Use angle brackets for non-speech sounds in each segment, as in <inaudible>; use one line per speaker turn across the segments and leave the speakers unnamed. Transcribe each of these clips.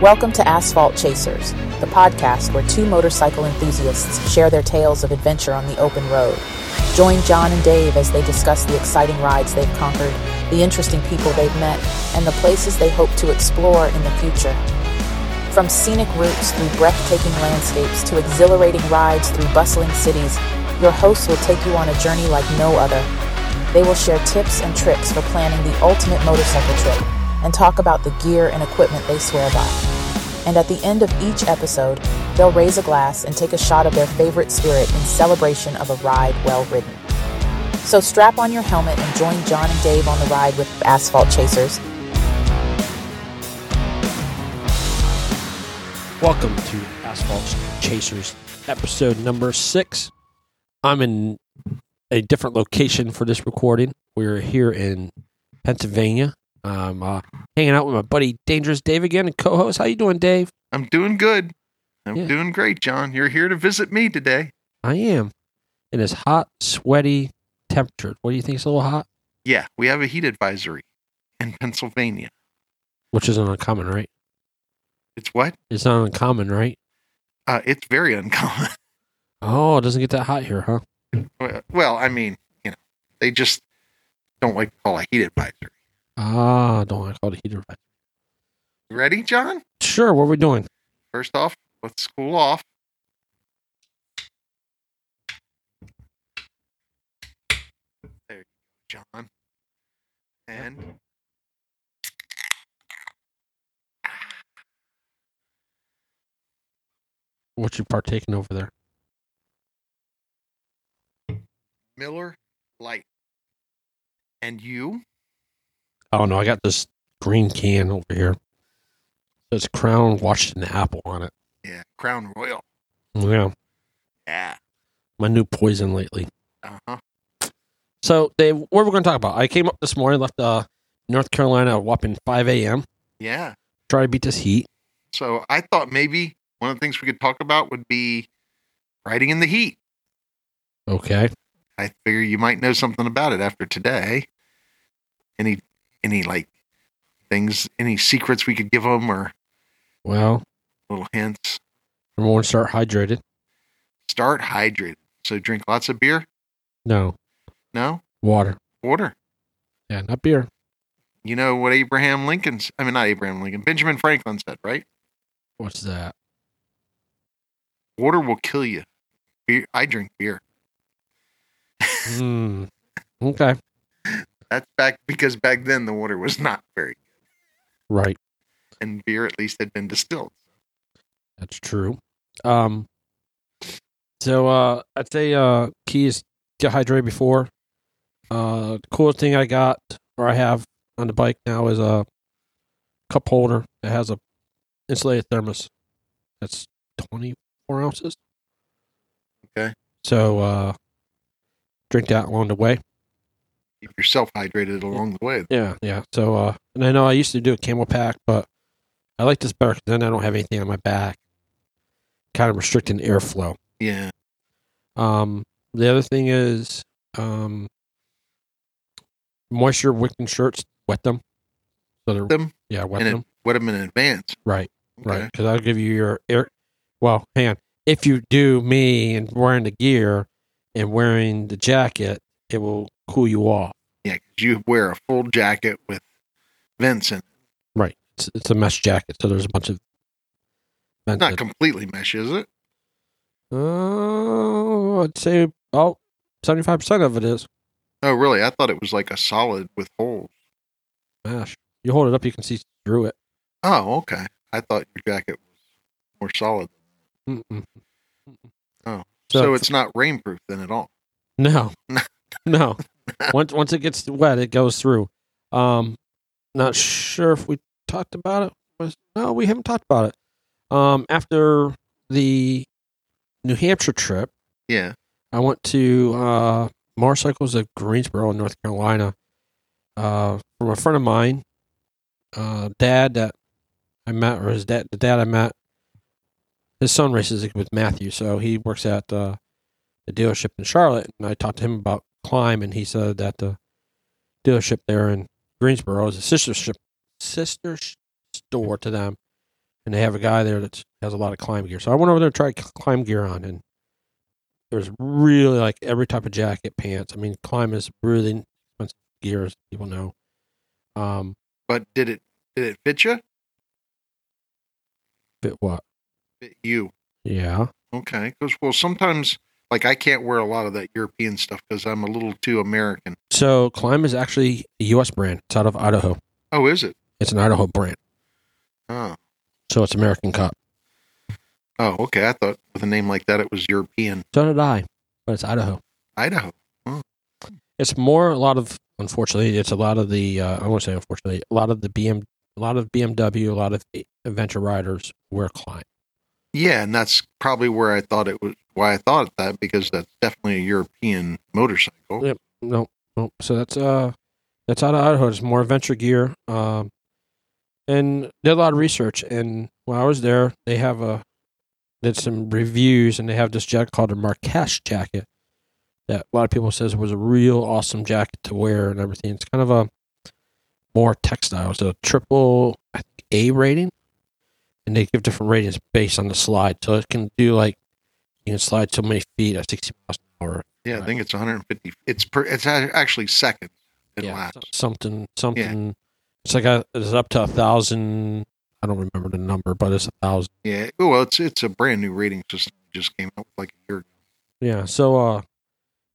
Welcome to Asphalt Chasers, the podcast where two motorcycle enthusiasts share their tales of adventure on the open road. Join John and Dave as they discuss the exciting rides they've conquered, the interesting people they've met, and the places they hope to explore in the future. From scenic routes through breathtaking landscapes to exhilarating rides through bustling cities, your hosts will take you on a journey like no other. They will share tips and tricks for planning the ultimate motorcycle trip and talk about the gear and equipment they swear by. And at the end of each episode, they'll raise a glass and take a shot of their favorite spirit in celebration of a ride well ridden. So strap on your helmet and join John and Dave on the ride with Asphalt Chasers.
Welcome to Asphalt Chasers, episode number six. I'm in a different location for this recording. We're here in Pennsylvania. I'm uh, hanging out with my buddy Dangerous Dave again, and co-host. How you doing, Dave?
I'm doing good. I'm
Yeah.
doing great, John. You're here to visit me today.
I am. It is hot, sweaty temperature. What do you think? It's a little hot,
Yeah, we have a heat advisory in Pennsylvania.
which isn't uncommon, right?
It's what?
It's not uncommon, right?
Uh, it's very uncommon. <laughs>
Oh, it doesn't get that hot here, huh?
Well, I mean, you know, they just don't like to call a heat advisory.
Ah, don't want to call it a heater.
You Ready, John?
Sure, what are we doing?
First off, let's cool off. There you go, John. And
What you partaking over there?
Miller Light. And you?
Oh no, I got this green can over here. It's Crown Washington apple on it.
Yeah, Crown Royal.
Yeah,
Yeah.
my new poison lately.
Uh huh.
So, Dave, what are we going to talk about? I came up this morning, left uh, North Carolina at a whopping 5 a.m.
Yeah.
Try to beat this heat.
So I thought maybe one of the things we could talk about would be riding in the heat.
Okay.
I figure you might know something about it after today. Any any like things, any secrets we could give them or
Well,
little hints.
number one, start hydrated.
Start hydrated. So drink lots of beer.
No,
No
water.
water.
Yeah, not beer.
You know what Abraham Lincoln's? I mean, not Abraham Lincoln. Benjamin Franklin said, right?
What's that?
Water will kill you. Beer, I drink beer.
Hmm. Okay.
That's back because back then the water was not very,
Right.
good, and beer at least had been distilled.
That's true. Um, so uh, I'd say uh, key is dehydrated before. Uh, the coolest thing I got or I have on the bike now is a cup holder that has a insulated thermos. That's twenty four ounces.
Okay.
So uh, drink that along the way.
keep yourself hydrated along the way.
Yeah, yeah. So, uh, and I know I used to do a camel pack, but I like this better 'cause then I don't have anything on my back, kind of restricting airflow.
Yeah.
Um, the other thing is, um, moisture wicking shirts, wet them. So they're,
Them
yeah, wet
and
them.
it, wet them in advance.
Right,
Okay.
right. Because that'll give you your air. Well, hang on. If you do me and wearing the gear and wearing the jacket, it will cool you off.
Yeah, 'cause you wear a full jacket with vents in it.
Right. It's, it's a mesh jacket, so there's a bunch of.
Not
vented-
completely mesh, is it?
Oh, I'd say oh, 75 percent of it is
Oh, really? I thought it was like a solid with holes.
mesh. You hold it up, you can see through it.
Oh, okay. I thought your jacket was more solid.
Mm-mm.
Oh,
so,
So, it's not rainproof then at all. <laughs>
no, no. Once once it gets wet, it goes through. Um, not sure if we talked about it. Was no, we haven't talked about it. Um, after the New Hampshire trip,
Yeah.
I went to uh, Motorcycles of Greensboro in North Carolina uh, from a friend of mine, uh, dad that I met, or his dad, the dad I met. His son races with Matthew, so he works at uh, the dealership in Charlotte. And I talked to him about Climb, and he said that the dealership there in Greensboro is a sister ship, sister sh- store to them, and they have a guy there that has a lot of climb gear. So I went over there and tried climb gear on, and there's really like every type of jacket, pants. I mean, climb is really expensive gear, as people know. Um,
But did it did it fit you?
fit what?
Fit you?
Yeah,
Okay, because well, sometimes like I can't wear a lot of that European stuff because I'm a little too American.
So Climb is actually a U.S. brand. It's out of Idaho.
Oh, is it?
It's an Idaho brand.
Oh,
So it's American Cup.
oh, okay. I thought with a name like that it was European.
So did I, but it's Idaho.
Idaho.
It's more a lot of unfortunately. It's a lot of the uh, I won't say unfortunately. A lot of the BM, a lot of BMW, a lot of adventure riders wear Climb.
Yeah, and that's probably where I thought it was. Why I thought that because that's definitely a European motorcycle.
Yeah. No, no. So that's uh, that's out of Idaho. It's more adventure gear. Um, and did a lot of research. And when I was there, they have a did some reviews, and they have this jacket called a Marrakesh jacket that a lot of people says was a real awesome jacket to wear and everything. It's kind of a more textile. It's a triple I think, A rating, and they give different ratings based on the slide. So it can do like you can slide so many feet at sixty miles an hour.
Yeah, I think it's 150. It's per, it's a- actually second and last.
so- something something it's like a, it's up to a thousand i don't remember the number but it's a thousand
Yeah. Oh, well, it's it's a brand new rating system that just came out like a year ago.
yeah so uh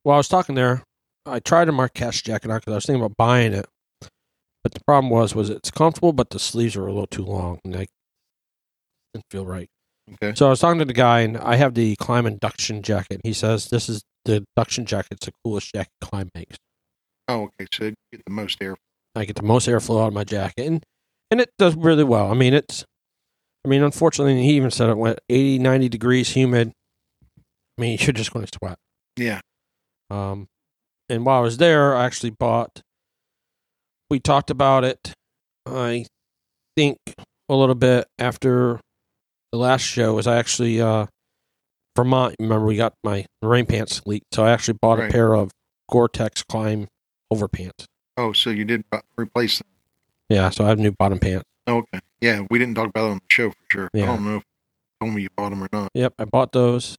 while i was talking there i tried a marrakesh jacket on because i was thinking about buying it but the problem was was it's comfortable but the sleeves are a little too long and i didn't feel right
Okay.
so i was talking to the guy and i have the climb induction jacket he says this is the induction jacket's the coolest jacket climb makes
Oh, okay. So you get the most air.
I get the most airflow out of my jacket, and and it does really well. I mean, it's, I mean, unfortunately, he even said it went 80, 90 degrees, humid. I mean, <laughs> you're just going to sweat.
Yeah.
Um, and while I was there, I actually bought. We talked about it, I think, a little bit after the last show. Was I actually uh, Vermont? Remember, we got my rain pants leaked, so I actually bought
Right.
a pair of Gore-Tex climb overpants.
Oh, so you did bu- replace them.
Yeah, so I have new bottom pants.
Oh, okay. Yeah, we didn't talk about it on the show for sure. I
Yeah.
don't know if you told me you bought them or not.
Yep, I bought those.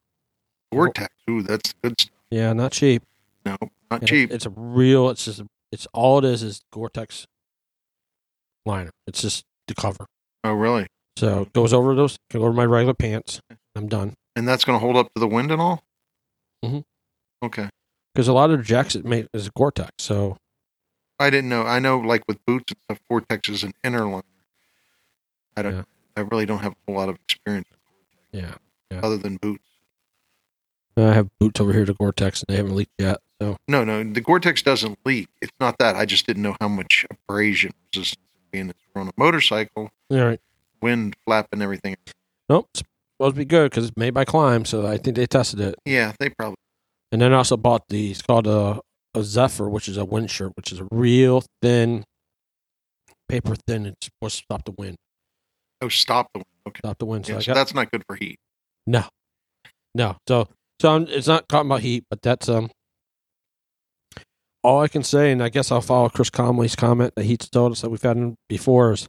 Gore-Tex. Ooh, that's good stuff.
Yeah, not cheap.
No, not
And it-
cheap.
It's a real. It's just. It's all it is is Gore-Tex liner. It's just the cover.
Oh, really?
So it goes over those. Go over my regular pants. I'm done.
And that's going to hold up to the wind and all.
Mhm.
Okay.
Because a lot of the jacks it made is Gore-Tex. So
I didn't know. I know, like with boots and stuff, Gore-Tex is an inner liner. I don't.
Yeah.
I really don't have a lot of experience
yeah,
other than boots.
And I have boots over here to Gore-Tex, and they haven't leaked yet. So
No, no, the Gore-Tex doesn't leak. It's not that. I just didn't know how much abrasion resistance being it's on a motorcycle,
all right.
wind flapping everything.
Nope. It's supposed to be good because it's made by Climb. So I think they tested it.
Yeah, they probably.
And then I also bought the it's called a, a Zephyr, which is a wind shirt, which is a real thin, paper thin. It's supposed to stop the wind.
Oh, stop the wind. Okay,
Stop the wind. So
yeah,
I
so
got,
that's not good for heat.
no. So so I'm, it's not talking about heat, but that's um all I can say, and I guess I'll follow Chris Comley's comment that he's told us that we've had in before is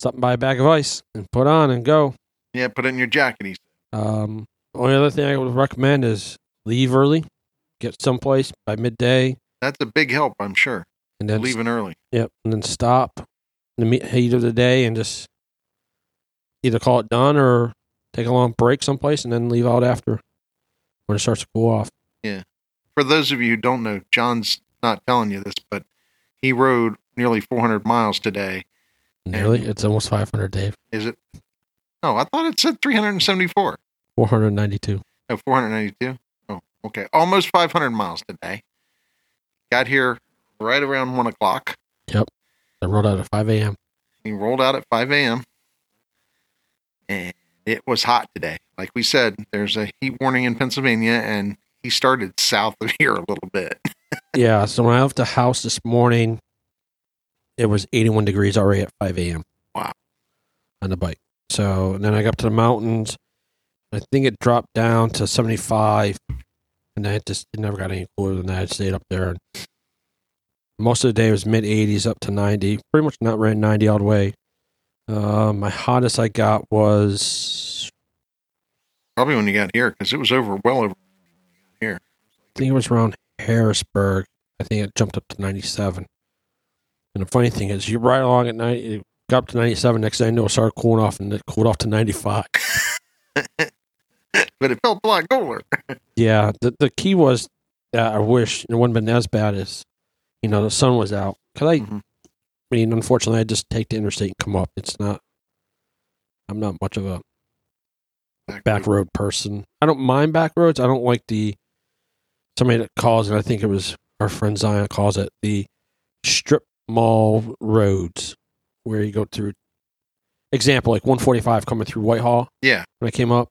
something by a bag of ice and put on and go.
Yeah, put it in your jacket. He said.
Um, only other thing I would recommend is leave early, get someplace by midday,
That's a big help, I'm sure.
and then
Leaving early.
Yep. And then stop in the me- heat of the day and just either call it done or take a long break someplace and then leave out after when it starts to cool off.
For those of you who don't know, John's not telling you this, but he rode nearly 400 miles today.
Nearly. It's almost 500, Dave.
Is it? No, I thought it said 374.
492.
No, 492. Oh, okay. Almost 500 miles today. Got here right around one o'clock.
I rolled out at 5 a.m.
He rolled out at 5 a.m. And it was hot today. Like we said, there's a heat warning in Pennsylvania, and he started south of <laughs> here a little bit.
Yeah. So when I left the house this morning, it was 81 degrees already at 5 a.m.
Wow.
On the bike. So and then I got up to the mountains. I think it dropped down to 75. And then it just it never got any cooler than that. I stayed up there. Most of the day was mid 80s up to 90. Pretty much not ran 90 all the way. Uh, my hottest I got was
Probably when you got here because it was over well over.
I think it was around Harrisburg. I think it jumped up to 97. And the funny thing is, you ride along at night, it got up to 97. Next thing I know, it started cooling off, and it cooled off to 95.
But it felt a lot cooler. <laughs>
Yeah, the the key was that I wish it wouldn't have been as bad as you know the sun was out. Cause I,
Mhm.
I mean, unfortunately, I just take the interstate and come up. It's not. I'm not much of a back road person. I don't mind back roads. I don't like the somebody that calls it. I think it was our friend Zion calls it the strip mall roads, where you go through. Example like 145 coming through Whitehall.
Yeah.
when I came up,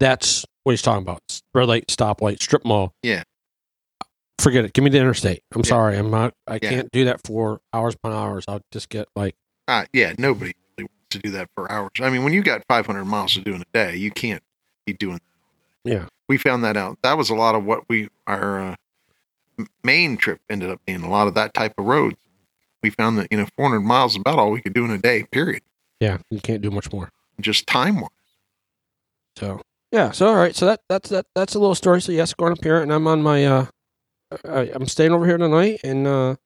that's what he's talking about. It's Red light, stoplight, strip mall.
Yeah.
Forget it. Give me the interstate. I'm
Yeah.
sorry. I'm not. I
Yeah.
can't do that for hours upon hours. I'll just get like.
Uh, yeah, nobody really wants to do that for hours. I mean, when you got 500 miles to do in a day, you can't be doing that.
Yeah.
We found that out. That was a lot of what we, our uh, m- main trip ended up being a lot of that type of roads. We found that, you know, 400 miles is about all we could do in a day, period.
Yeah, you can't do much more.
Just time wise.
So yeah, so all right, so that that's that that's a little story. So yes, going up here, and I'm on my uh, I, I'm staying over here tonight, and uh,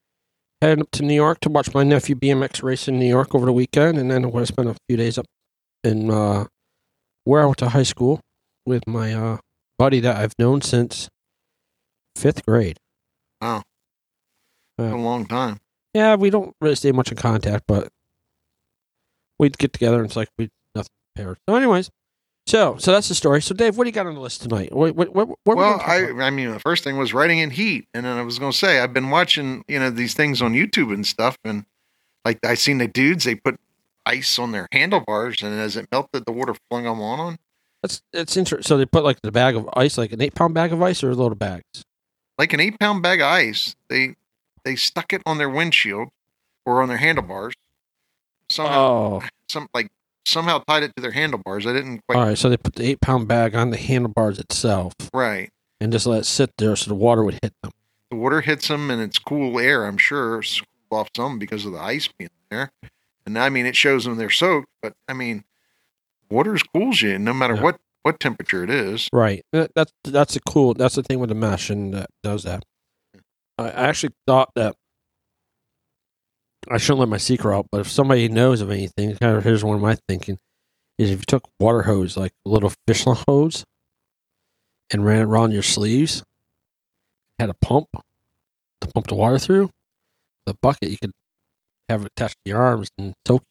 heading up to New York to watch my nephew BMX race in New York over the weekend, and then I'm going to spend a few days up in uh, where I went to high school with my uh buddy that I've known since fifth grade.
A long time.
Yeah, we don't really stay much in contact, but we'd get together and it's like we nothing prepared. So, anyways, so so that's the story. So, Dave, what do you got on the list tonight? What what what? what we
well,
gonna talk
I,
about?
I mean, the first thing was writing in heat, and then I was gonna say I've been watching, you know, these things on YouTube and stuff, and like I seen the dudes they put ice on their handlebars, and as it melted, the water flung them on. on.
That's that's interesting. So they put like the bag of ice, like an eight pound bag of ice, or little bags.
like an eight pound bag of ice. They they stuck it on their windshield or on their handlebars. Somehow,
Oh,
some like somehow tied it to their handlebars. I didn't quite
all right. So they put the eight pound bag on the handlebars itself
right.
and just let it sit there so the water would hit them.
The water hits them, and it's cool air. I'm sure it's cooled off some because of the ice being there. And I mean, it shows them they're soaked, but I mean, water cools you no matter
Yeah.
what what temperature it is.
Right. That, that's that's a cool. That's the thing with the mesh and that does that. I I actually thought that I shouldn't let my secret out, but if somebody knows of anything, kind of here's one of my thinking: is if you took water hose, like a little fish <laughs> hose, and ran it around your sleeves, had a pump to pump the water through the bucket, you could have it attached to your arms and soak.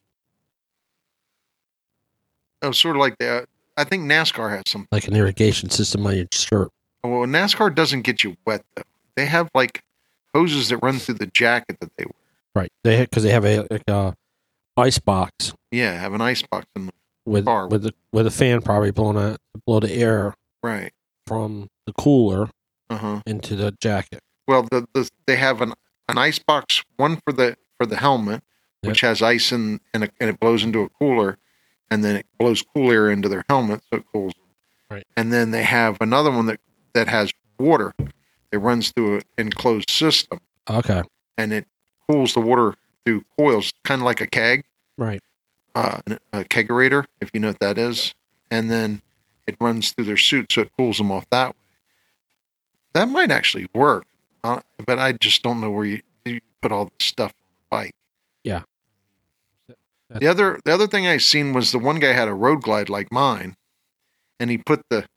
Oh, sort of like that. I think NASCAR has some.
like an irrigation system on your shirt.
Well, NASCAR doesn't get you wet though. They have like hoses that run through the jacket that they
Right. They because they have a like a ice box
Yeah, have an ice box in the
with
Car.
with the with a fan probably blowing out blow the air
right.
from the cooler
Uh huh.
into the jacket.
Well, the, the they have an an ice box one for the for the helmet,
Yep.
which has ice in and it, and it blows into a cooler, and then it blows cool air into their helmet, so it cools.
Right.
And then they have another one that that has water. It runs through an enclosed system,
Okay.
and it cools the water through coils, kind of like a keg.
Right.
uh, a kegerator, if you know what that is, and then it runs through their suit, so it cools them off that way. That might actually work, uh, but I just don't know where you, you put all this stuff on the bike.
Yeah.
The other the other thing I seen was the one guy had a road glide like mine, and he put the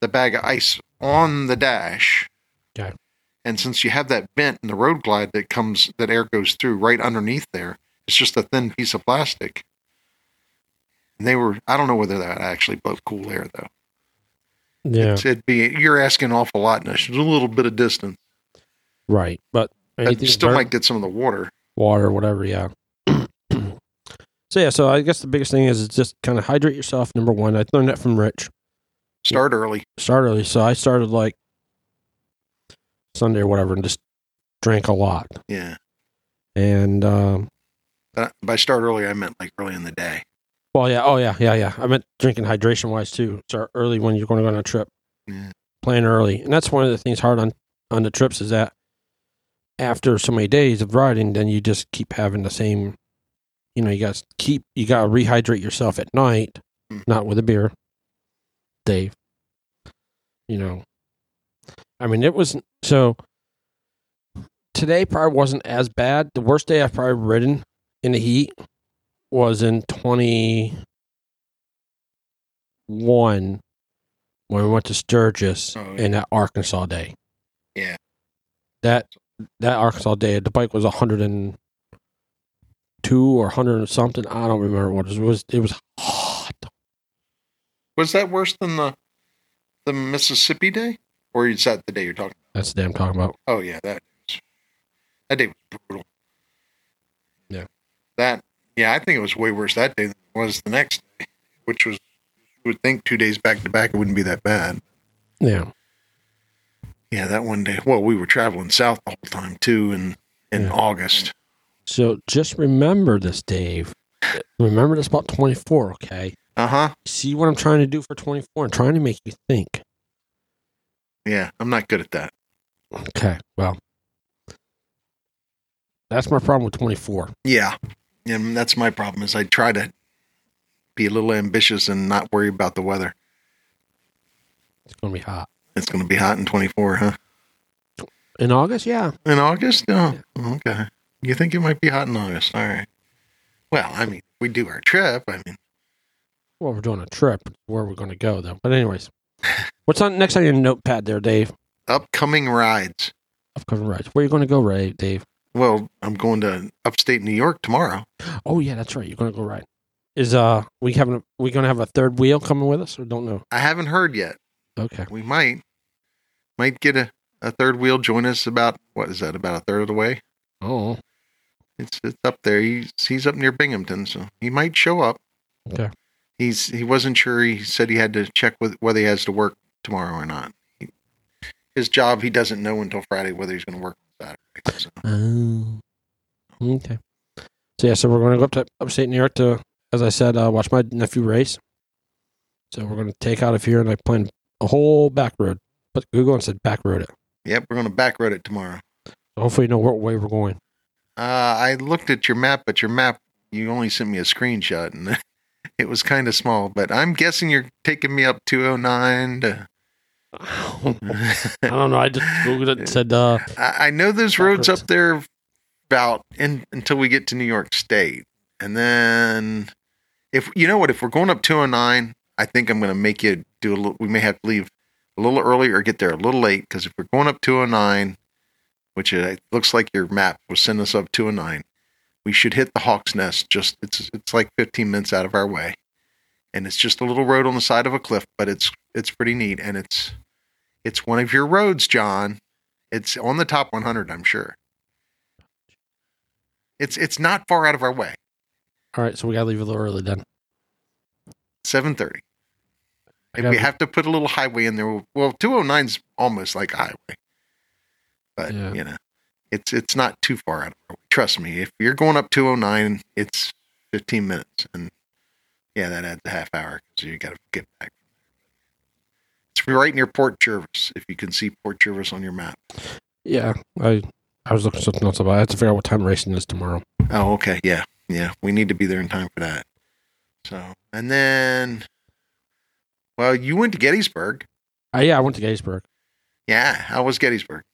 the bag of ice on the dash.
Okay.
And since you have that vent in the road glide that comes that air goes through right underneath there, it's just a thin piece of plastic. And they were I don't know whether that actually blew cool air though.
Yeah.
It's- It'd be you're asking an awful lot, and it's a little bit of distance.
Right. But
I
anything
still
dirt,
might get some of the water.
water, whatever. Yeah. <clears throat> so yeah. So I guess the biggest thing is, is just kind of hydrate yourself. Number one, I learned that from Rich.
Start early.
Start early. So I started like Sunday or whatever, and just drank a lot.
Yeah.
And um,
But by start early, I meant like early in the day.
Well, yeah. Oh, yeah. Yeah. Yeah. I meant drinking hydration wise too. Start early when you're going to go on a trip.
Yeah.
Plan early. And that's one of the things hard on, on the trips is that after so many days of riding, then you just keep having the same you know, you got to keep, you got to rehydrate yourself at night,
Mm.
not with a beer, Dave. You know, I mean, it was so today probably wasn't as bad. The worst day I've probably ridden in the heat was in 21 when we went to Sturgis
Oh, yeah.
in that Arkansas day.
Yeah.
That that Arkansas day, the bike was 102 or 100 and something. I don't remember what it was. It was, it was hot.
Was that worse than the the Mississippi day, or is that the day you're talking?
That's the day I'm talking about.
Oh yeah, that that day was brutal.
Yeah.
that yeah, I think it was way worse that day than it was the next day, which was you would think two days back to back it wouldn't be that bad.
Yeah.
Yeah, that one day. Well, we were traveling south the whole time too, and in
Yeah.
August.
So just remember this, Dave. Remember this about 24, okay?
Uh huh.
See what I'm trying to do for 24 and trying to make you think.
Yeah, I'm not good at that.
Okay, well, that's my problem with 24.
Yeah, and that's my problem is I try to be a little ambitious and not worry about the weather.
It's going to be hot.
It's going to be hot in 24, huh?
In August, yeah.
In August? No. Okay. You think it might be hot in August? All right. Well, I mean, we do our trip. I mean,
Well, we're doing a trip. Where we're going to go, though. But anyways, what's on next on your notepad there, Dave?
upcoming rides.
Upcoming rides. Where are you going to go, Ray, Dave?
Well, I'm going to upstate New York tomorrow.
Oh, yeah, that's right. You're going to go ride. Is uh, we having a, we going to have a third wheel coming with us, or don't know?
I haven't heard yet.
Okay,
We might might get a, a third wheel join us about what is that about a third of the way?
oh,
It's it's up there. He's he's up near Binghamton, so he might show up.
Okay.
He's he wasn't sure. He said he had to check with whether he has to work tomorrow or not. He, his job, he doesn't know until Friday whether he's going to work Saturday. So.
oh, okay. So yeah, so we're going to go up to upstate New York to, as I said, uh, watch my nephew race. So we're going to take out of here, and I plan a whole back road. But Google and said back road it.
Yep, we're going to back road it tomorrow.
Hopefully, you know what way we're
<laughs>
going.
Uh, I looked at your map, but your map, you only sent me a screenshot and <laughs> it was kind of small. But I'm guessing you're taking me up 209. To,
I
I,
don't know. I just googled it and said, uh,
I know those roads
Backwards.
up there about in, until we get to New York State. And then, if you know what, if we're going up 209, I think I'm going to make you do a little, we may have to leave a little early or get there a little late because if we're going up 209, which it looks like your map was sending us up 209, we should hit the Hawk's Nest. Just it's it's like 15 minutes out of our way, and it's just a little road on the side of a cliff, but it's it's pretty neat and it's it's one of your roads, John. It's on the top 100, I'm sure. It's it's not far out of our way.
all right, so we got to leave a little early then.
7:30.
I
If
gotta
we have to put a little highway in there, well, 209's almost like a highway, but
Yeah.
you know, it's it's not too far out of our way. Trust me, if you're going up 209, it's 15 minutes, and yeah, that adds a half hour because you got to get back. It's right near Port Jervis. If you can see Port Jervis on your map.
yeah, I I was looking something else about. it. I have to figure out what time racing is tomorrow.
Oh, okay. Yeah. Yeah. We need to be there in time for that. So, and then, well, you went to Gettysburg.
Uh, yeah, I went to Gettysburg.
Yeah. How was Gettysburg?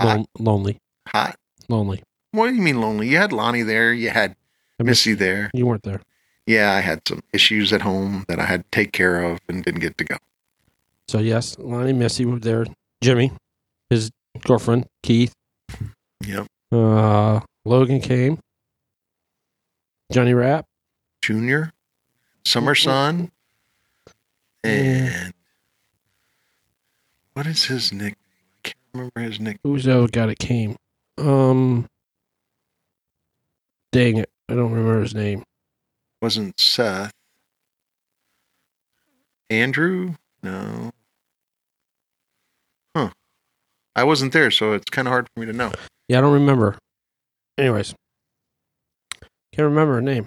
Hot.
Lon- lonely,
Hot.
lonely.
What do you mean lonely? You had Lonnie there. You had
I miss-
Missy there.
You weren't there,
Yeah. I had some issues at home that I had to take care of and didn't get to go.
so yes, Lonnie, Missy were there. Jimmy, his girlfriend, Keith,
Yep.
uh, Logan came. Johnny Rapp,
Junior, Summer
Mm-hmm.
Son, and what is his nickname? I can't remember his nickname.
who's the other guy that came? Um, dang it, I don't remember his name.
wasn't Seth. Andrew? No. Huh. I wasn't there, so it's kind of hard for me to know.
Yeah, I don't remember. Anyways, can't remember her name.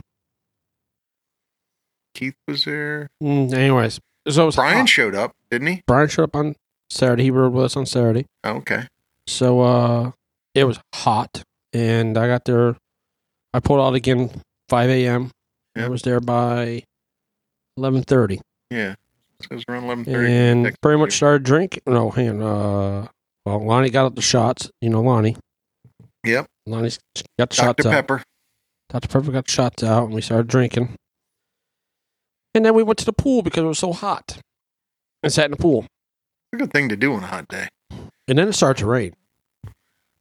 Keith was there.
Mm, anyways, so it was
Brian
hot.
showed up, didn't he?
Brian showed up on Saturday. He rode with us on Saturday.
Oh, okay.
So uh, it was hot, and I got there. I pulled out again 5 a.m. I
Yep.
was there by 11:30,
Yeah. So it was around eleven thirty.
and
Next
pretty much
day.
started drinking. No, hang on. Uh, well, Lonnie got up the shots. You know, Lonnie.
Yep.
Lonnie's got the
Dr.
shots out.
Pepper.
Dr. Pepper got the shots out, and we started drinking. And then we went to the pool because it was so hot, and sat in the pool.
It's a good thing to do on a hot day.
And then it started to rain.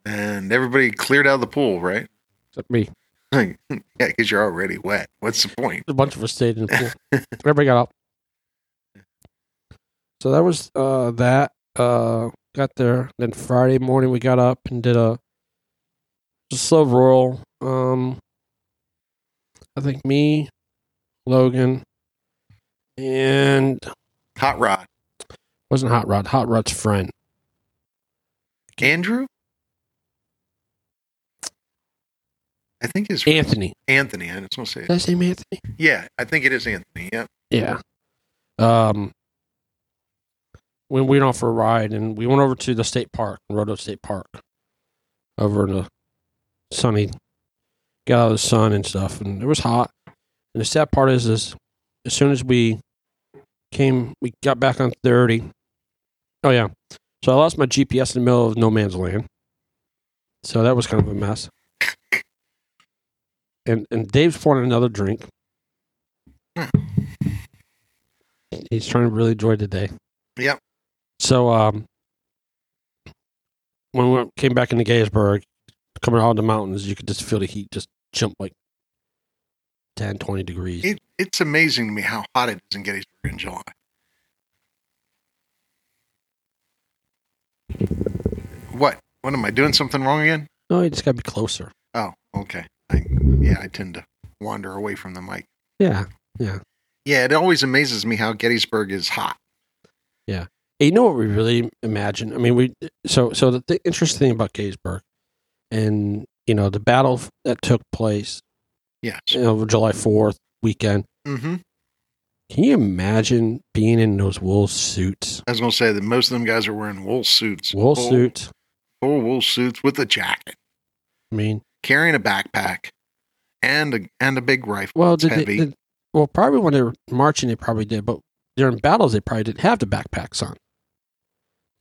And everybody cleared out of the pool, right? <laughs>
Except me.
yeah, because you're already wet. What's the point?
a bunch of us stayed in the pool. Everybody got up. So that was uh, that. Uh, got there. Then Friday morning we got up and did a just slow roll. Um, I think me, Logan, and
Hot rod.
wasn't Hot Rod. Hot Rod's friend.
Andrew? I think it's
Anthony.
Anthony. I just want to say
Did I say Anthony?
Yeah, I think it is Anthony. Yeah.
Yeah. Um, when we went off for a ride, and we went over to the state park, Roto State Park, over in the sunny, got out of the sun and stuff, and it was hot. And the sad part is, is as soon as we came, we got back on thirty. Oh yeah, so I lost my GPS in the middle of no man's land, so that was kind of a mess. And and Dave's pouring another drink. He's trying to really enjoy the day.
Yep.
So um, when we came back into Gettysburg, coming out of the mountains, you could just feel the heat just jump like 10, 20 degrees.
It, it's amazing to me how hot it is in Gettysburg in July. What? What am I doing something wrong again?
no, you just got to be closer.
Oh, okay. I, yeah, I tend to wander away from the mic.
Yeah.
Yeah, it always amazes me how Gettysburg is hot.
you know what we really imagine i mean we so so the th- interesting thing about gettysburg and you know the battle that took place
Yes.
you know, over july 4th weekend
Mm-hmm.
can you imagine being in those wool suits
I was going to say that most of them guys are wearing wool suits.
wool
Full-
suits
Full wool suits with a jacket,
i mean
carrying a backpack, and a and a big rifle.
well
It's
did they,
heavy.
did- well probably when they were marching they probably did but during battles they probably didn't have the backpacks on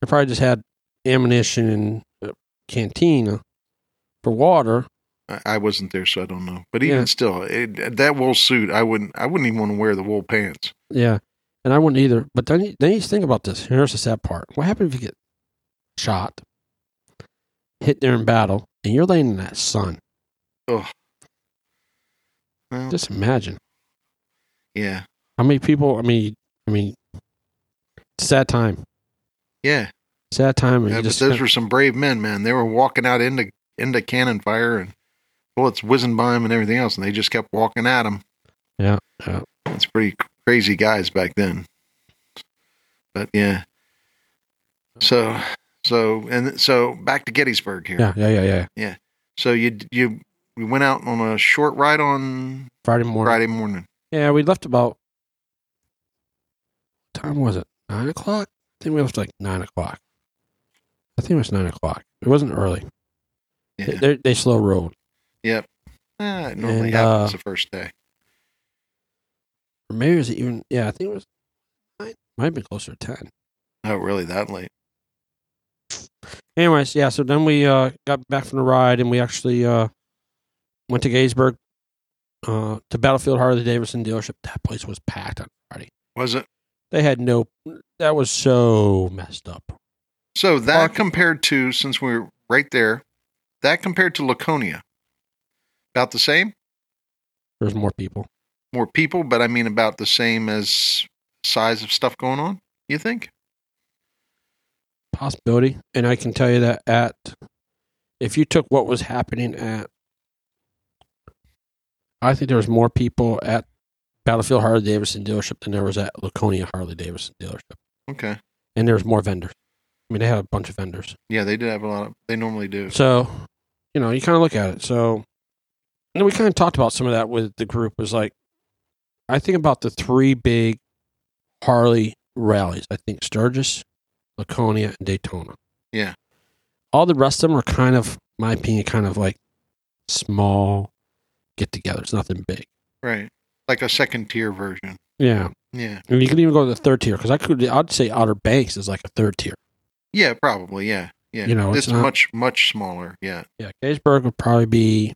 they probably just had ammunition and a canteen for water
I- I wasn't there, so I don't know. But even
Yeah.
still, it, that wool suit, I wouldn't. I wouldn't even want to wear the wool pants.
Yeah, and I wouldn't either. But then, you, then you think about this. Here's the sad part. What happens if you get shot, hit there in battle, and you're laying in that sun?
Well,
Just imagine
yeah,
how many people. I mean, I mean, it's a sad time.
yeah.
Sad time. and
yeah
you
Uh, but
just
those were some brave men, man. They were walking out into into cannon fire and bullets whizzing by them and everything else, and they just kept walking at them.
Yeah, yeah.
That's pretty c- crazy guys back then. But yeah. So so and so back to Gettysburg here.
yeah, yeah, yeah, yeah.
So you you we went out on a short ride on
Friday morning.
Friday morning.
Yeah, we left about. What time was it? Nine o'clock. I think we left like nine o'clock. I think it was nine o'clock. It wasn't early. They-
Yeah.
They, they slow rolled.
Ah, it normally
And,
happens
uh,
the first day.
Or maybe it was even yeah, I think it was nine. Might have been closer to ten.
Not really that late.
Anyways, yeah, so then we uh got back from the ride and we actually uh went to Gaysburg uh to Battlefield Harley Davidson dealership. That place was packed on Friday.
Was it?
They had no that was so messed up.
So that
Fuck.
compared to since we were right there, that compared to Laconia. About the same?
There's more people.
More people, but I mean about the same as size of stuff going on, you think?
Possibility. And I can tell you that at if you took what was happening at I think there was more people at Battlefield Harley Davidson dealership than there was at Laconia Harley Davidson dealership.
Okay.
and there's more vendors. I mean, they had a bunch of vendors.
Yeah, they did have a lot of. They normally do.
So, you know, you kind of look at it. So, and then we kind of talked about some of that with the group. Was like, I think about the three big Harley rallies. I think Sturgis, Laconia, and Daytona.
Yeah.
All the rest of them are kind of, my opinion, kind of like small get together. It's nothing big.
Right. Like a second tier version.
Yeah.
Yeah.
And you can even go to the third tier because I could, I'd say Outer Banks is like a third tier.
Yeah, probably. Yeah. Yeah.
You know, it's
it's,
not-
much, much smaller. Yeah.
Yeah. Gettysburg would probably be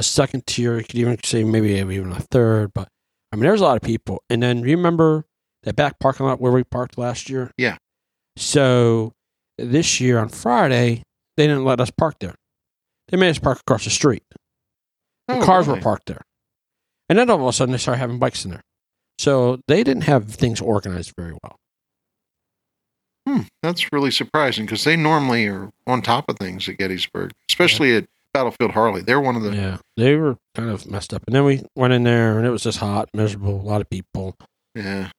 a second tier. You could even say maybe even a third, but I mean, there's a lot of people. And then remember that back parking lot where we parked last year?
Yeah.
So this year on Friday, they didn't let us park there. They made us park across the street. The
Oh,
cars were
really?
parked there. And then all of a sudden they started having bikes in there. So they didn't have things organized very well.
Hmm, that's really surprising because they normally are on top of things at Gettysburg, especially at Battlefield Harley. They're one of the
Yeah. They were kind of messed up. And then we went in there and it was just hot, miserable, a lot of people.
yeah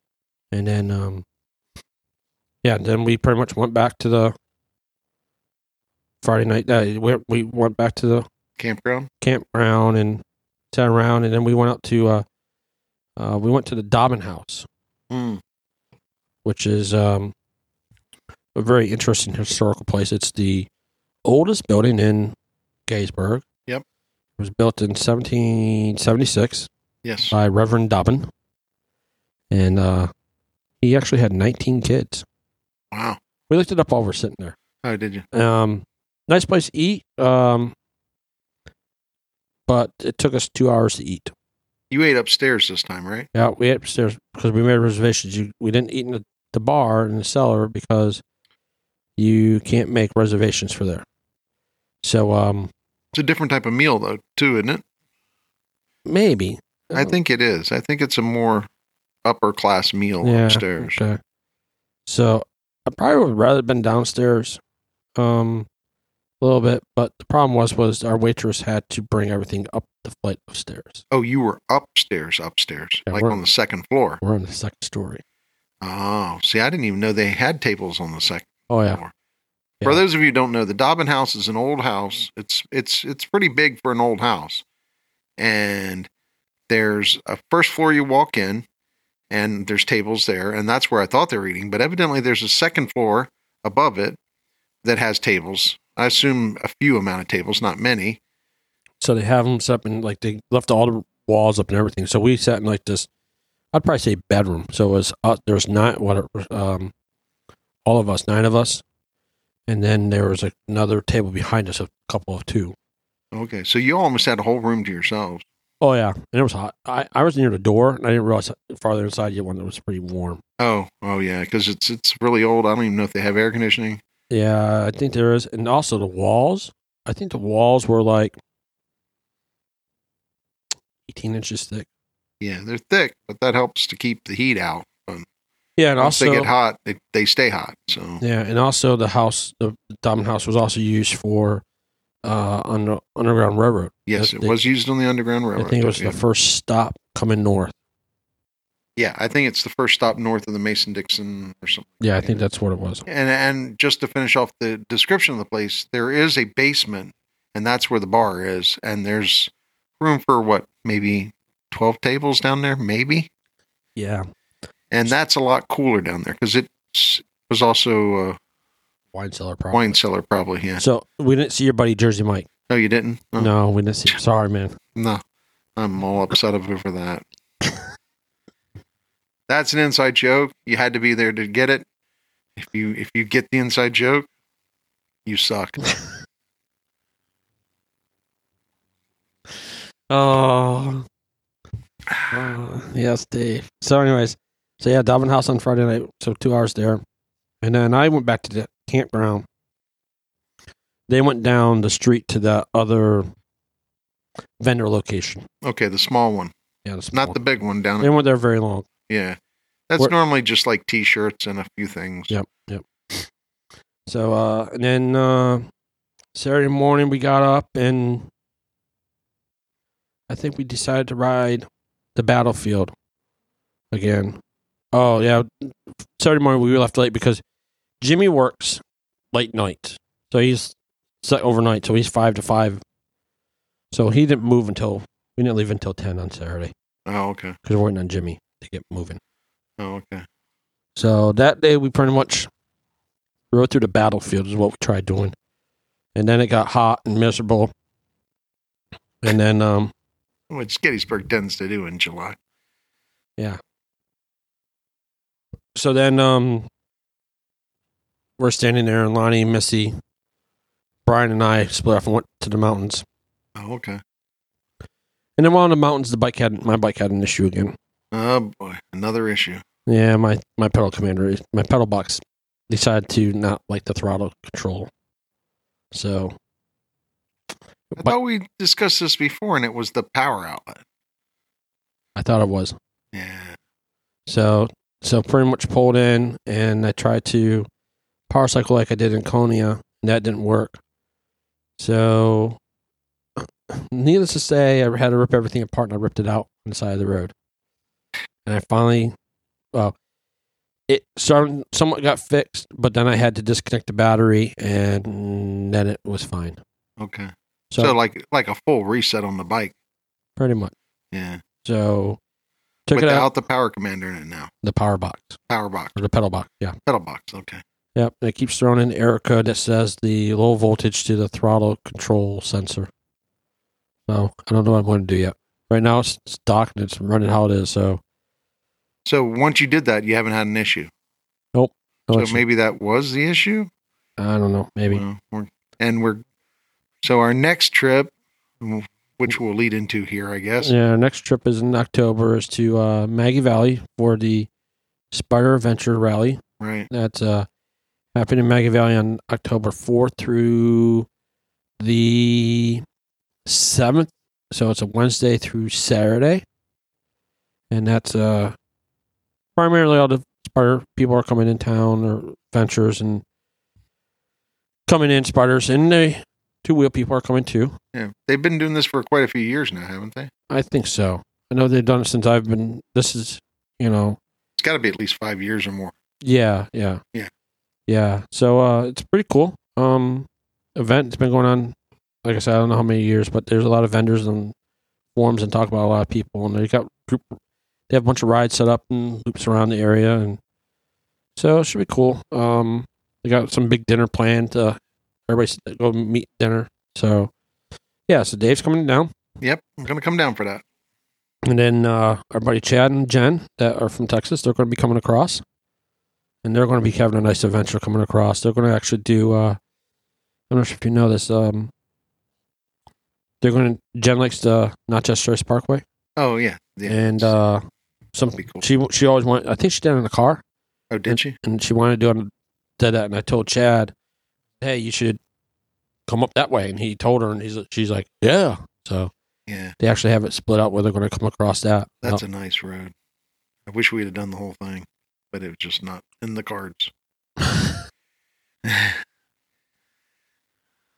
And then, um, yeah, and then we pretty much went back to the Friday night. Uh, we, we went back to the
campground.
campground and sat around, and then we went out to uh, uh, we went to the Dobbin House,
Hmm.
which is um, a very interesting historical place. It's the oldest building in Gaysburg.
Yep.
It was built in 1776.
Yes.
by Reverend Dobbin. And uh, he actually had 19 kids.
Wow.
We looked it up while we are sitting there.
Oh, did you?
Um, nice place to eat, um, but it took us two hours to eat.
You ate upstairs this time, right?
Yeah, we ate upstairs because we made reservations. You, we didn't eat in the, the bar in the cellar because you can't make reservations for there. So um,
It's a different type of meal though, too, isn't it?
maybe
I think it is. I think it's a more upper class meal upstairs.
Okay. So I probably would rather been downstairs, um, a little bit. But the problem was was our waitress had to bring everything up the flight of stairs.
Oh, you were upstairs, upstairs,
Yeah,
like
we're-
on the second floor.
We're on the second story.
Oh, see, I didn't even know they had tables on the second.
Oh yeah,
floor.
Yeah.
For those of you who don't know, the Dobbin House is an old house. It's it's it's pretty big for an old house. And there's a first floor you walk in and there's tables there and that's where I thought they were eating, but evidently there's a second floor above it that has tables. I assume a few amount of tables, not many.
so they have them set up and like they left all the walls up and everything. So we sat in like this. I'd probably say bedroom. So it was uh, there was nine what it was, um, all of us nine of us, and then there was another table behind us, a couple of two.
Okay. So you almost had a whole room to yourselves.
Oh yeah, and it was hot. I, I was near the door, and I didn't realize farther inside you one that was pretty warm.
Oh, oh yeah, because it's it's really old. I don't even know if they have air conditioning.
Yeah, I think there is, and also the walls. I think the walls were like eighteen inches thick.
Yeah, they're thick, but that helps to keep the heat out. Um, But
Yeah, and
Once
also
they get hot, they, they stay hot. So
yeah, and also the house, the Diamond House, was also used for uh on the Underground Railroad.
yes,
That
it
they-
was used on the Underground
I
Railroad.
think it was
yeah.
the first stop coming north.
yeah, I think it's the first stop north of the Mason Dixon or something.
Yeah, I think that's what it was.
And and just to finish off the description of the place, there is a basement, and that's where the bar is, and there's room for what maybe twelve tables down there, maybe,
Yeah,
and that's a lot cooler down there because it was also a
wine cellar probably.
wine cellar, probably. Yeah.
So we didn't see your buddy Jersey Mike.
No, you didn't. Oh,
No, we didn't see. Sorry, man.
No, I'm all upset over that. That's an inside joke. You had to be there to get it. If you if you get the inside joke, you suck.
Oh. Oh, yes, Dave. So, anyways, so yeah, Dobbin House on Friday night. So two hours there, and then I went back to the campground. They went down the street to the other vendor location.
Okay, the small one,
Yeah, the small
not the big one
one.
down.
They
At,
weren't there very long.
yeah, that's
Where-
normally just like t-shirts and a few things.
Yeah. So, uh, and then uh, Saturday morning we got up and I think we decided to ride the battlefield again. Oh yeah, Saturday morning we left late because Jimmy works late night, so he's set overnight, so he's five to five. So he didn't move until we didn't leave until ten on Saturday
Oh, okay.
because we're waiting on Jimmy to get moving.
Oh, okay.
So that day we pretty much rode through the battlefield is what we tried doing. And then it got hot and miserable. And then um
which Oh, Gettysburg tends to do in July.
Yeah. So then um we're standing there and Lonnie, Missy, Brian and I split off and went to the mountains.
Oh, okay.
And then while in the mountains the bike had my bike had an issue again.
Oh boy, another issue.
Yeah, my my pedal commander my pedal box decided to not like the throttle control. So
I
but
thought we discussed this before, and it was the power outlet.
I thought it was.
Yeah.
So so pretty much pulled in and I tried to power cycle like I did in Konya and that didn't work. So <clears throat> needless to say, I had to rip everything apart and I ripped it out on the side of the road. And I finally well it started somewhat got fixed, but then I had to disconnect the battery and then it was fine.
Okay.
So,
So, like like a full reset on the bike.
pretty much.
Yeah.
So took it
Without
out
the power commander in it now.
the power box
Power box,
or the pedal box. Yeah.
pedal box. Okay.
Yep, and it keeps throwing in error code that says the low voltage to the throttle control sensor. So I don't know what I'm going to do yet. Right now it's, it's docked and it's running how it is. So,
So once you did that, you haven't had an issue.
no
So Mm,
issue.
maybe that was the issue.
I don't know. Maybe
Well, we're- and we're so our next trip, which we'll lead into here, I guess.
yeah. Our next trip is in October is to uh, Maggie Valley for the Spider Adventure Rally.
Right.
That's uh, happening in Maggie Valley on October 4th through the 7th. So it's a Wednesday through Saturday. And that's uh, primarily all the spider people are coming in town or ventures and coming in spiders. And the two wheel people are coming too.
Yeah. They've been doing this for quite a few years now, haven't they?
I think so. I know they've done it since I've been, this is, you know,
It's got to be at least five years or more.
Yeah, yeah.
Yeah.
Yeah. So uh it's pretty cool. Um event it's been going on like I said, I don't know how many years, but there's a lot of vendors and forums and talk about a lot of people and they got group they have a bunch of rides set up and loops around the area and so it should be cool. Um they got some big dinner planned uh everybody's go meet dinner. So yeah, so Dave's coming down.
Yep. I'm gonna come down for that.
And then uh, our buddy Chad and Jen that are from Texas, they're going to be coming across, and they're going to be having a nice adventure coming across. They're going to actually do. Uh, I'm not sure if you know this. Um, they're going to. Jen likes the Not Just Choice Parkway,
Oh yeah. Yeah.
and uh, some
That'd be cool.
she she always wanted. I think she did it in the car,
oh, did she?
and she wanted to do it, did that. And I told Chad, "Hey, you should come up that way." And he told her, and he's she's like, "Yeah." So
Yeah.
they actually have it split up where they're going to come across that.
That's a nice road. I wish we'd have done the whole thing, but it was just not in the cards.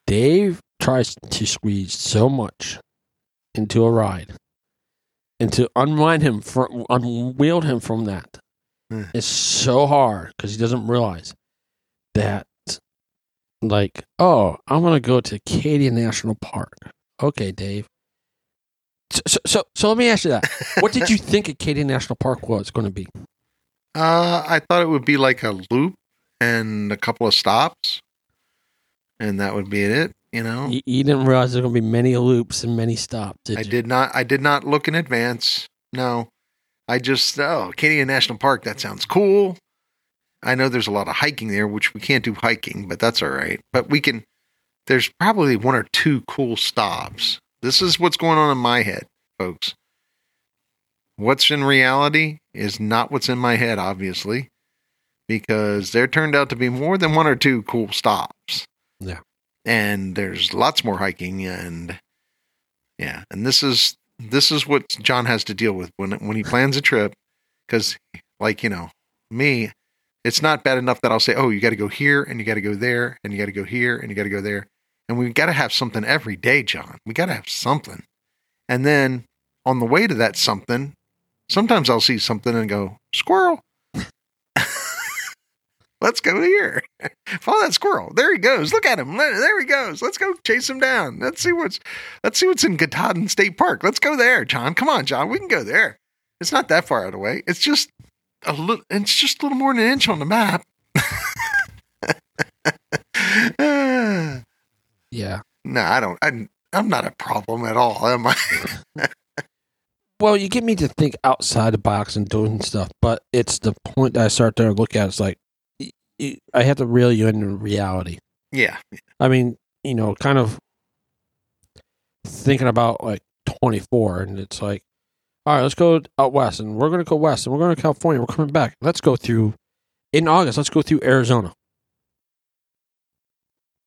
Dave tries to squeeze so much into a ride and to unwind him from unwield him from that
Hmm.
it's so hard because he doesn't realize that like oh i'm gonna go to acadia national park okay dave so so, so, so let me ask you that what
<laughs>
did you think acadia national park was going to be
Uh, I thought it would be like a loop and a couple of stops, and that would be it. You know,
you, you didn't realize there were going to be many loops and many stops did
Hmm. I
you?
did not. I did not look in advance. No, I just oh, Acadia National Park. That sounds cool. I know there's a lot of hiking there, which we can't do hiking, but that's all right. But we can. There's probably one or two cool stops. This is what's going on in my head, folks. What's in reality is not what's in my head, obviously, because there turned out to be more than one or two cool stops.
Yeah.
And there's lots more hiking and yeah, and this is this is what John has to deal with when when he plans a trip, because like you know me, it's not bad enough that I'll say, oh, you got to go here and you got to go there and you got to go here and you got to go there, and we got to have something every day, John. We got to have something, and then on the way to that something, sometimes I'll see something and go squirrel. <laughs> Let's go here. Follow that squirrel. There he goes. Look at him. There he goes. Let's go chase him down. Let's see what's Let's see what's in Katahdin State Park. Let's go there, John. Come on, John. We can go there. It's not that far out of the way. It's just a little. It's just a little more than an inch on the map. <laughs> no,
yeah
I don't. I, I'm not a problem at all, am I?
Well, you get me to think outside the box and doing stuff, but it's the point that I start to look at. It's like y- y- I have to reel you into reality.
<laughs> Yeah.
I mean, you know, kind of thinking about like 24, and it's like, all right, let's go out west, and we're going to go west, and we're going to California. We're coming back. Let's go through in August. Let's go through Arizona.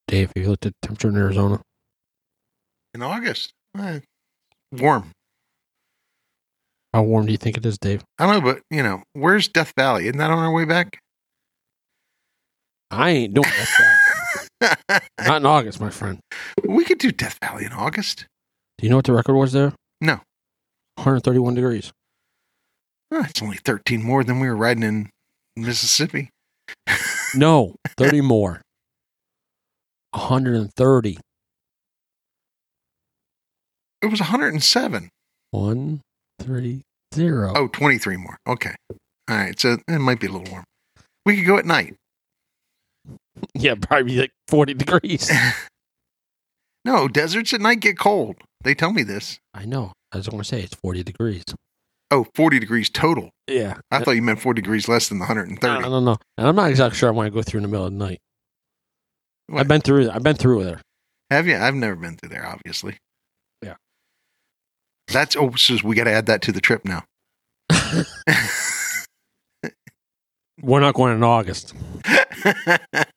Dave, have you looked at temperature in Arizona?
In August. Eh, warm.
How warm do you think it is, Dave?
I don't know, but you know, where's Death Valley? Isn't that on our way back? <laughs>
I ain't doing that. Not in August, my friend.
we could do Death Valley in August.
Do you know what the record was there?
No.
131 degrees.
Oh, it's only 13 more than we were riding in Mississippi.
No, <laughs> 30 more. 130.
It was 107.
One, three, zero.
Oh, 23 more. Okay. All right. So it might be a little warm. We could go at night.
Yeah, probably like 40 degrees. <laughs>
No, deserts at night get cold. They tell me this.
I know. I was going to say it's 40 degrees.
Oh, 40 degrees total.
Yeah.
I thought you meant 40 degrees less than the 130.
I don't know. And I'm not exactly sure I want to go through in the middle of the night.
What?
I've been through I've been through there.
Have you? I've never been through there, obviously.
Yeah.
That's oh, so we got to add that to the trip now. <laughs>
We're not going in August.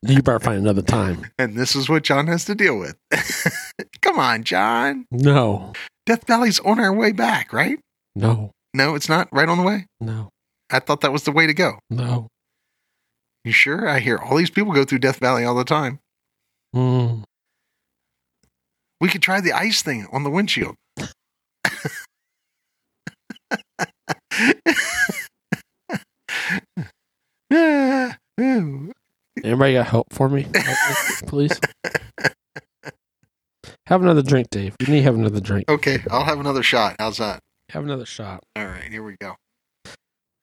You better find another time.
and this is what John has to deal with. <laughs> Come on, John.
No.
Death Valley's on our way back, right?
No.
No, it's not right on the way.
No.
I thought that was the way to go.
No.
You sure? I hear all these people go through Death Valley all the time.
Mm.
We could try the ice thing on the windshield. <laughs> Ah, ooh.
Anybody got help for me? Please. Have another drink, Dave. You need to have another drink.
Okay, I'll have another shot. How's that?
Have another shot.
All right, here we go.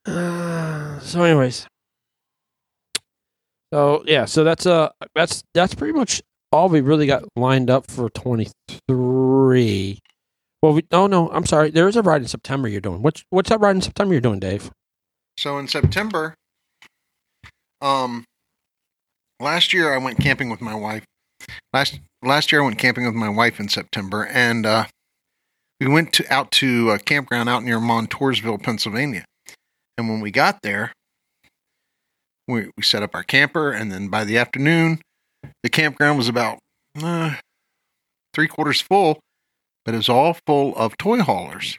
Uh, so anyways so yeah so that's uh that's that's pretty much all we really got lined up for 23 well we oh no i'm sorry there is a ride in september you're doing what's what's that ride in september you're doing dave
So in September, um, last year I went camping with my wife. Last last year I went camping with my wife in September, and uh, we went to out to a campground out near Montoursville, Pennsylvania. And when we got there, we we set up our camper, and then by the afternoon, the campground was about uh, three quarters full, but it was all full of toy haulers.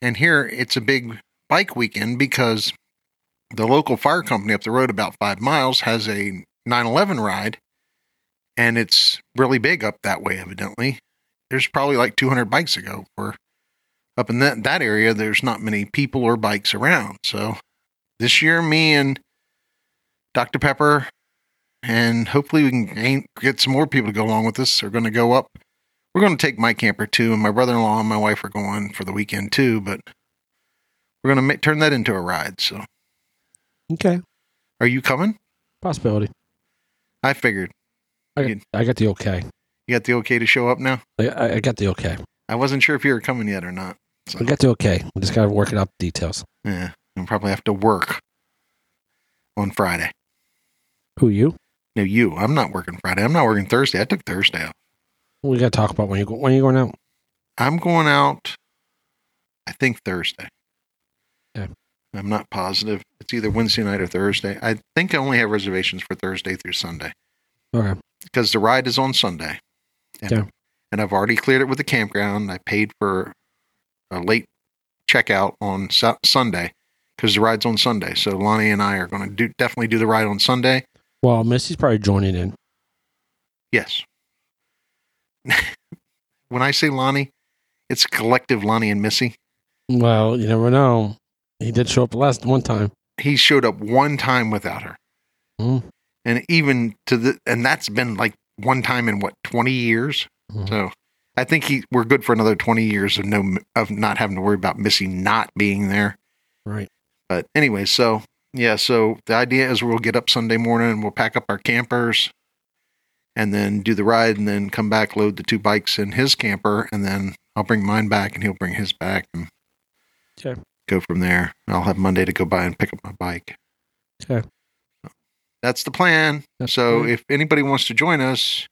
And here it's a big bike weekend because the local fire company up the road about five miles has a 911 ride and it's really big up that way evidently there's probably like 200 bikes ago for up in that, that area there's not many people or bikes around so this year me and dr pepper and hopefully we can gain, get some more people to go along with us are going to go up we're going to take my camper too and my brother-in-law and my wife are going for the weekend too but we're gonna ma- turn that into a ride. So,
okay
are you coming?
possibility
I figured
i got, I got the okay
you got the okay to show up now.
I- I, I got the okay
I wasn't sure if you were coming yet or not.
i got the okay we just gotta work it out the details
Yeah, I'll probably have to work on Friday.
who you
No, you. I'm not working Friday. I'm not working Thursday. I took Thursday off.
we gotta talk about when you go when you going out
I'm going out. I think Thursday.
Okay.
I'm not positive. It's either Wednesday night or Thursday. I think I only have reservations for Thursday through Sunday.
okay
because the ride is on Sunday. And,
Yeah.
and I've already cleared it with the campground. I paid for a late checkout on Su- Sunday because the ride's on Sunday. So Lonnie and I are going to do definitely do the ride on Sunday.
well missy's probably joining in
Yes. <laughs> when I say Lonnie, it's collective Lonnie and Missy.
well you never know he did show up last one time
He showed up one time without her.
Mm.
And even to the, and that's been like one time in what, 20 years?
Mhm.
So I think he, we're good for another 20 years of no, of not having to worry about Missy not being there.
right
But anyway, so yeah, so the idea is we'll get up Sunday morning and we'll pack up our campers and then do the ride and then come back, load the two bikes in his camper, and then I'll bring mine back and he'll bring his back and
Okay.
Go from there. I'll have Monday to go by and pick up my bike.
Okay.
That's the plan.
That's
so
great.
if anybody wants to join us,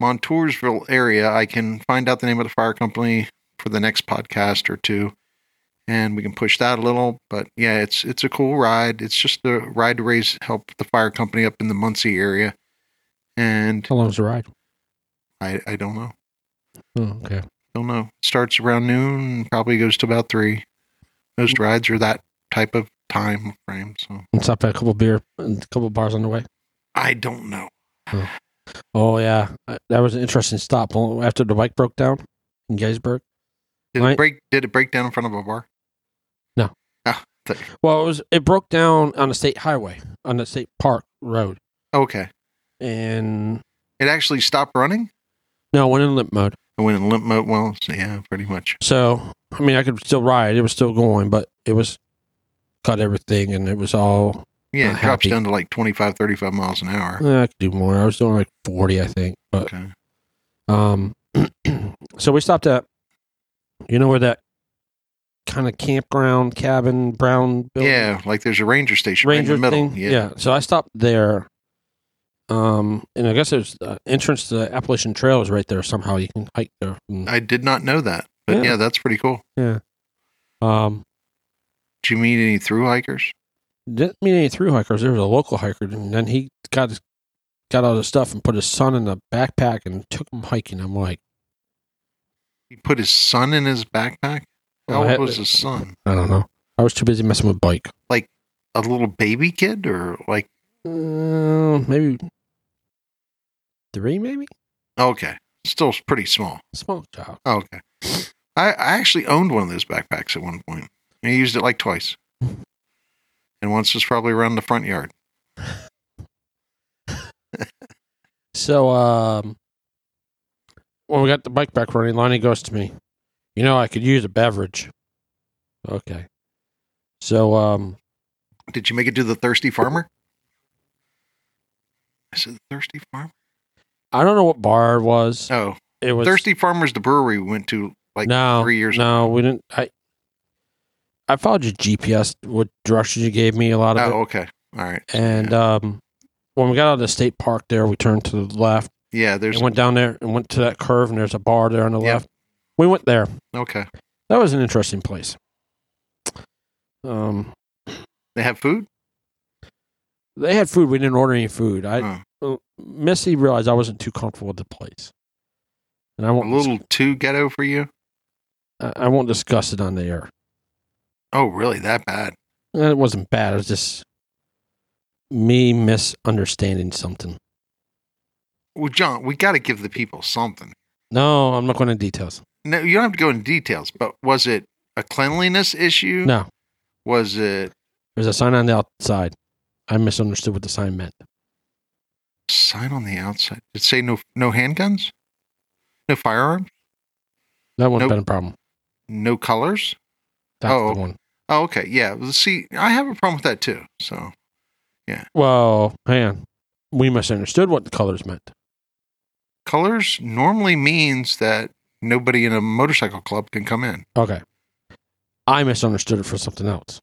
Montoursville area, I can find out the name of the fire company for the next podcast or two, and we can push that a little. But yeah, it's it's a cool ride. It's just a ride to raise help the fire company up in the Muncie area, and
how long's the ride?
I I don't know,
Oh, okay.
don't know. It starts around noon, probably goes to about three. Most rides are that type of time frame, so
And stop at a couple beer and a couple bars on the way.
I don't know.
Oh yeah, Uh, that was an interesting stop Oh, after the bike broke down in Gettysburg.
Did
Right.
it break? Did it break down in front of a bar?
No.
Ah, th-
Well, it was it broke down on the state highway on the state park road,
okay.
and
It actually stopped running.
no, it went in limp mode.
I went in limp mode. Well, so yeah, pretty much.
So I mean, I could still ride; it was still going, but it was cut everything, and it was all
Yeah,
Not
it drops
happy.
down to like 25, 35 miles an hour.
eh, I could do more. I was doing like forty, I think, but
Okay.
Um, <clears throat> so we stopped at, you know, where that kind of campground cabin brown building,
Yeah, like there's a ranger station
ranger
right in the middle.
thing.
Yeah.
So I stopped there. Um, and I guess there's uh, entrance to the Appalachian Trail is right there. Somehow you can hike there. And,
I did not know that, but
Yeah.
yeah, that's pretty cool.
um,
Did you meet any through hikers?
didn't meet any through hikers. There was a local hiker, and then he got his, got all the stuff and put his son in a backpack and took him hiking. I'm like,
He put his son in his backpack.
Oh,
How
I
old
had-
was his son?
I don't know. I was too busy messing with bike.
A little baby kid, or like
Uh, maybe three, maybe
okay, still pretty small.
small child.
Oh, okay. I, I actually owned one of those backpacks at one point. I used it
<laughs>
like twice. And once was probably around the front yard.
So, um, when we got the bike back running, Lonnie goes to me, "You know, I could use a beverage." Okay. So, um,
Did you make it to the thirsty farmer? I said thirsty farmer.
I don't know what bar it was.
Oh,
It was
thirsty farmer's the brewery we went to. Like
no,
three years
No, we didn't. I I followed your GPS, what directions you gave me, a lot of
Oh, okay. All right.
it, and um, when we got out of the state park, there we turned to the left.
Yeah, there's
and went down there and went to that curve and there's a bar there on the
Yeah.
left. We went there.
okay.
That was an interesting place. Um,
They have food.
they had food. We didn't order any food. I
Huh.
uh, Missy realized I wasn't too comfortable with the place, and I
A
won't.
little too ghetto for you.
I, I won't discuss it on the air.
Oh, really? That bad?
And it wasn't bad. It was just me misunderstanding something.
Well, John, we got to give the people something.
No, I'm not going into details.
No, you don't have to go into details. But was it a cleanliness issue?
No,
Was it
there's a sign on the outside. I misunderstood what the sign meant.
sign on the outside? Did it say no no handguns? No firearms?
That wouldn't have
Nope.
been a problem.
No colors?
That's
Oh.
the one.
Oh, okay. Yeah. Well, See, I have a problem with that too. So,
Well, hang on. We misunderstood what the colors meant.
colors normally means that nobody in a motorcycle club can come in.
Okay. I misunderstood it for something else.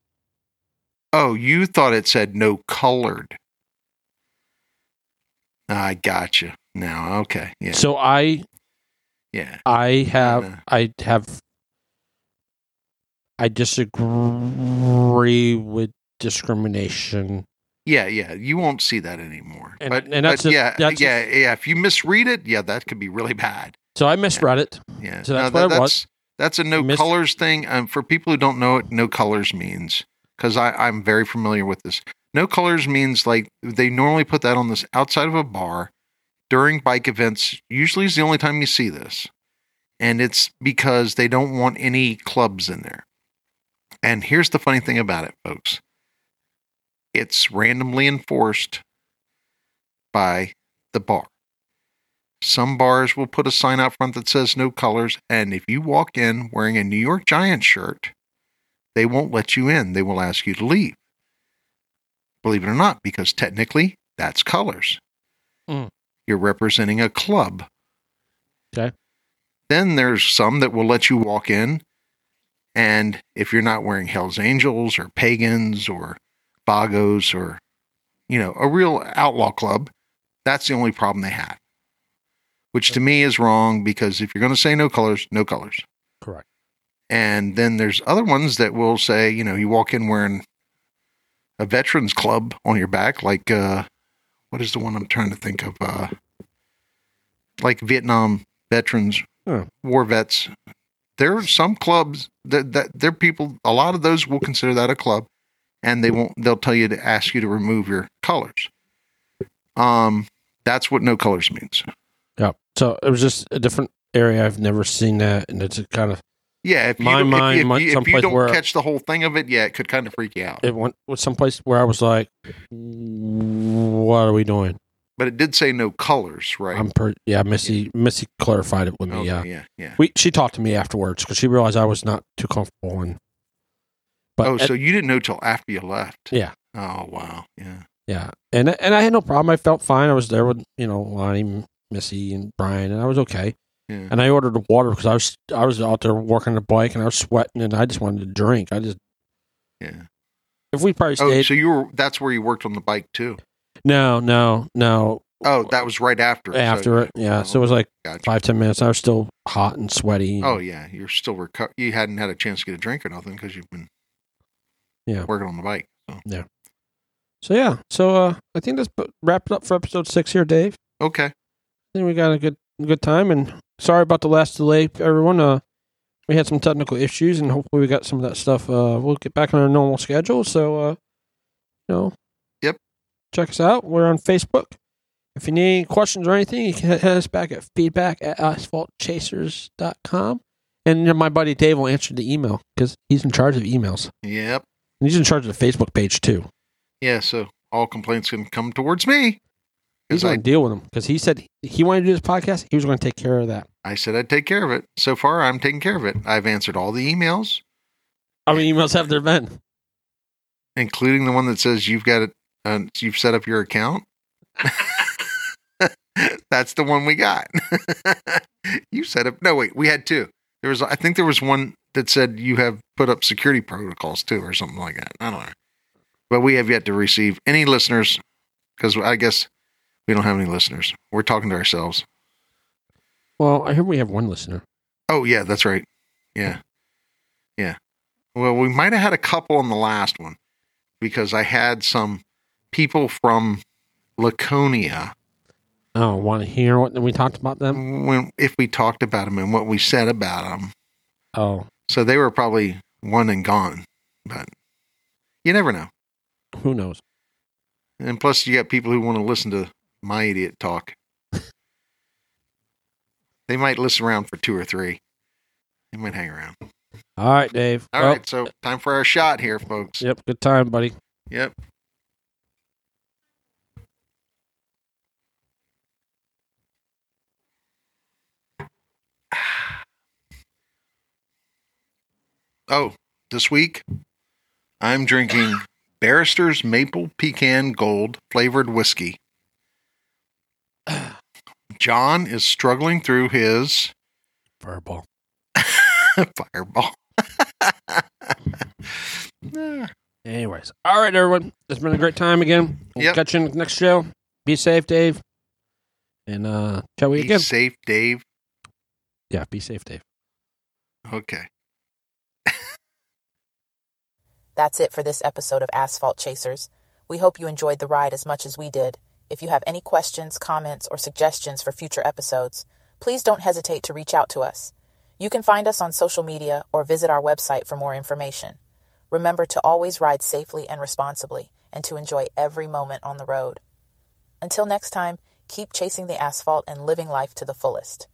Oh, you thought it said no colored. I gotcha. Now, okay. Yeah. Uh-huh.
So I
Yeah.
I have
know.
I have I disagree with discrimination.
Yeah. Yeah. You won't see that anymore.
And-
but
and that's
but
just-
yeah.
that's just-
yeah. yeah. If you misread it, yeah, that could be really <laughs> bad.
So I misread it.
Yeah.
So that's what I
that's,
was.
That's a no
Mis-
colors thing. Um, for people who don't know what no colors means, because I'm very familiar with this. No colors means like they normally put that on this outside of a bar during bike events. Usually is the only time you see this. And it's because they don't want any clubs in there. And here's the funny thing about it, folks it's randomly enforced by the bar. Some bars will put a sign out front that says no colors, and if you walk in wearing a New York Giant shirt, they won't let you in. They will ask you to leave. Believe it or not, because technically that's colors.
Mm.
You're representing a club.
Okay.
Then there's some that will let you walk in And if you're not wearing Hell's Angels or Pagans or Bogos or, you know, a real outlaw club, that's the only problem they had, which to me is wrong because if you're going to say no colors, no colors.
Correct.
And then there's other ones that will say, you know, you walk in wearing a veterans club on your back, like, uh, what is the one I'm trying to think of? Uh, like Vietnam veterans,
Oh.
war vets. There are some clubs that, that there are people, a lot of those will consider that a club and they won't, they'll tell you to ask you to remove your colors. Um, that's what no colors means.
Yeah. So it was just a different area. I've never seen that, and it's kind of
Yeah, if you
My
don't,
mind
if you,
went
if you, if you
someplace
don't
where-
catch the whole thing of it, yeah, it could kind of freak you out.
it went was someplace where I was like, "What are we doing?"
But it did say no colors, right?
I'm per yeah. Missy Missy clarified it with me.
Okay,
yeah.
yeah, yeah.
We she talked to me afterwards because she realized I was not too comfortable and. But
oh,
at-
so you didn't know till after you left?
Yeah.
Oh wow. Yeah.
Yeah, and and I had no problem. I felt fine. I was there with you know Lonnie, Missy, and Brian, and I was okay.
Yeah.
And I ordered water because I was I was out there working the bike and I was sweating and I just wanted to drink. I just
Yeah.
if we probably
Oh,
stayed
so you were that's where you worked on the bike too.
no no no
Oh, that was right after. so-
after it yeah
Oh,
so it was like
gotcha.
five ten minutes. I was still hot and sweaty.
Oh yeah, you're still reco- you hadn't had a chance to get a drink or nothing cuz you've been
Yeah.
working on the bike. So.
so yeah so uh I think that's bu- wrap it up for episode six here, Dave.
Okay.
I think we got a good good time and sorry about the last delay, everyone. Uh, we had some technical issues and hopefully we got some of that stuff. Uh, we'll get back on our normal schedule. So, uh, you know,
Yep.
Check us out. We're on Facebook. If you need any questions or anything, you can hit us back at feedback at asphaltchasers.com. And you know, my buddy Dave will answer the email because he's in charge of emails.
Yep.
And he's in charge of the Facebook page too.
Yeah, so all complaints can come towards me.
He's
Cuz
going
I,
to deal with him because he said he wanted to do this podcast. He was going to take care of that.
I said I'd take care of it. So far I'm taking care of it. I've answered all the emails.
How many emails have there been?
including the one that says you've got it, uh, you've set up your account. <laughs> That's the one we got. <laughs> you set up. No, wait, we had two. There was, I think, there was one that said you have put up security protocols too, or something like that. I don't know. But we have yet to receive any listeners because I guess we don't have any listeners. We're talking to ourselves.
Well, I hear we have one listener.
Oh yeah, that's right. Yeah. Yeah. Well, we might have had a couple on the last one because I had some people from Laconia
Oh, want to hear what we talked about them?
when if we talked about them and what we said about them.
Oh,
So they were probably one and gone, but you never know.
who knows?
And plus, you got people who want to listen to my idiot talk. <laughs> they might listen around for two or three. They might hang around.
All right, Dave.
All right, so time for our shot here, folks.
Yep. Good time, buddy.
Yep. <sighs> Oh, this week I'm drinking Barrister's Maple Pecan Gold flavored whiskey. <sighs> John is struggling through his <laughs>
Fireball.
fireball. Ah.
Anyways, all right, everyone. It's been a great time again. We'll
Yep.
catch you in the next show. Be safe, Dave. And uh, shall we
Be
again?
safe, Dave.
Yeah, be safe, Dave.
Okay.
That's it for this episode of Asphalt Chasers. We hope you enjoyed the ride as much as we did. If you have any questions, comments, or suggestions for future episodes, please don't hesitate to reach out to us. You can find us on social media or visit our website for more information. Remember to always ride safely and responsibly and to enjoy every moment on the road. Until next time, keep chasing the asphalt and living life to the fullest.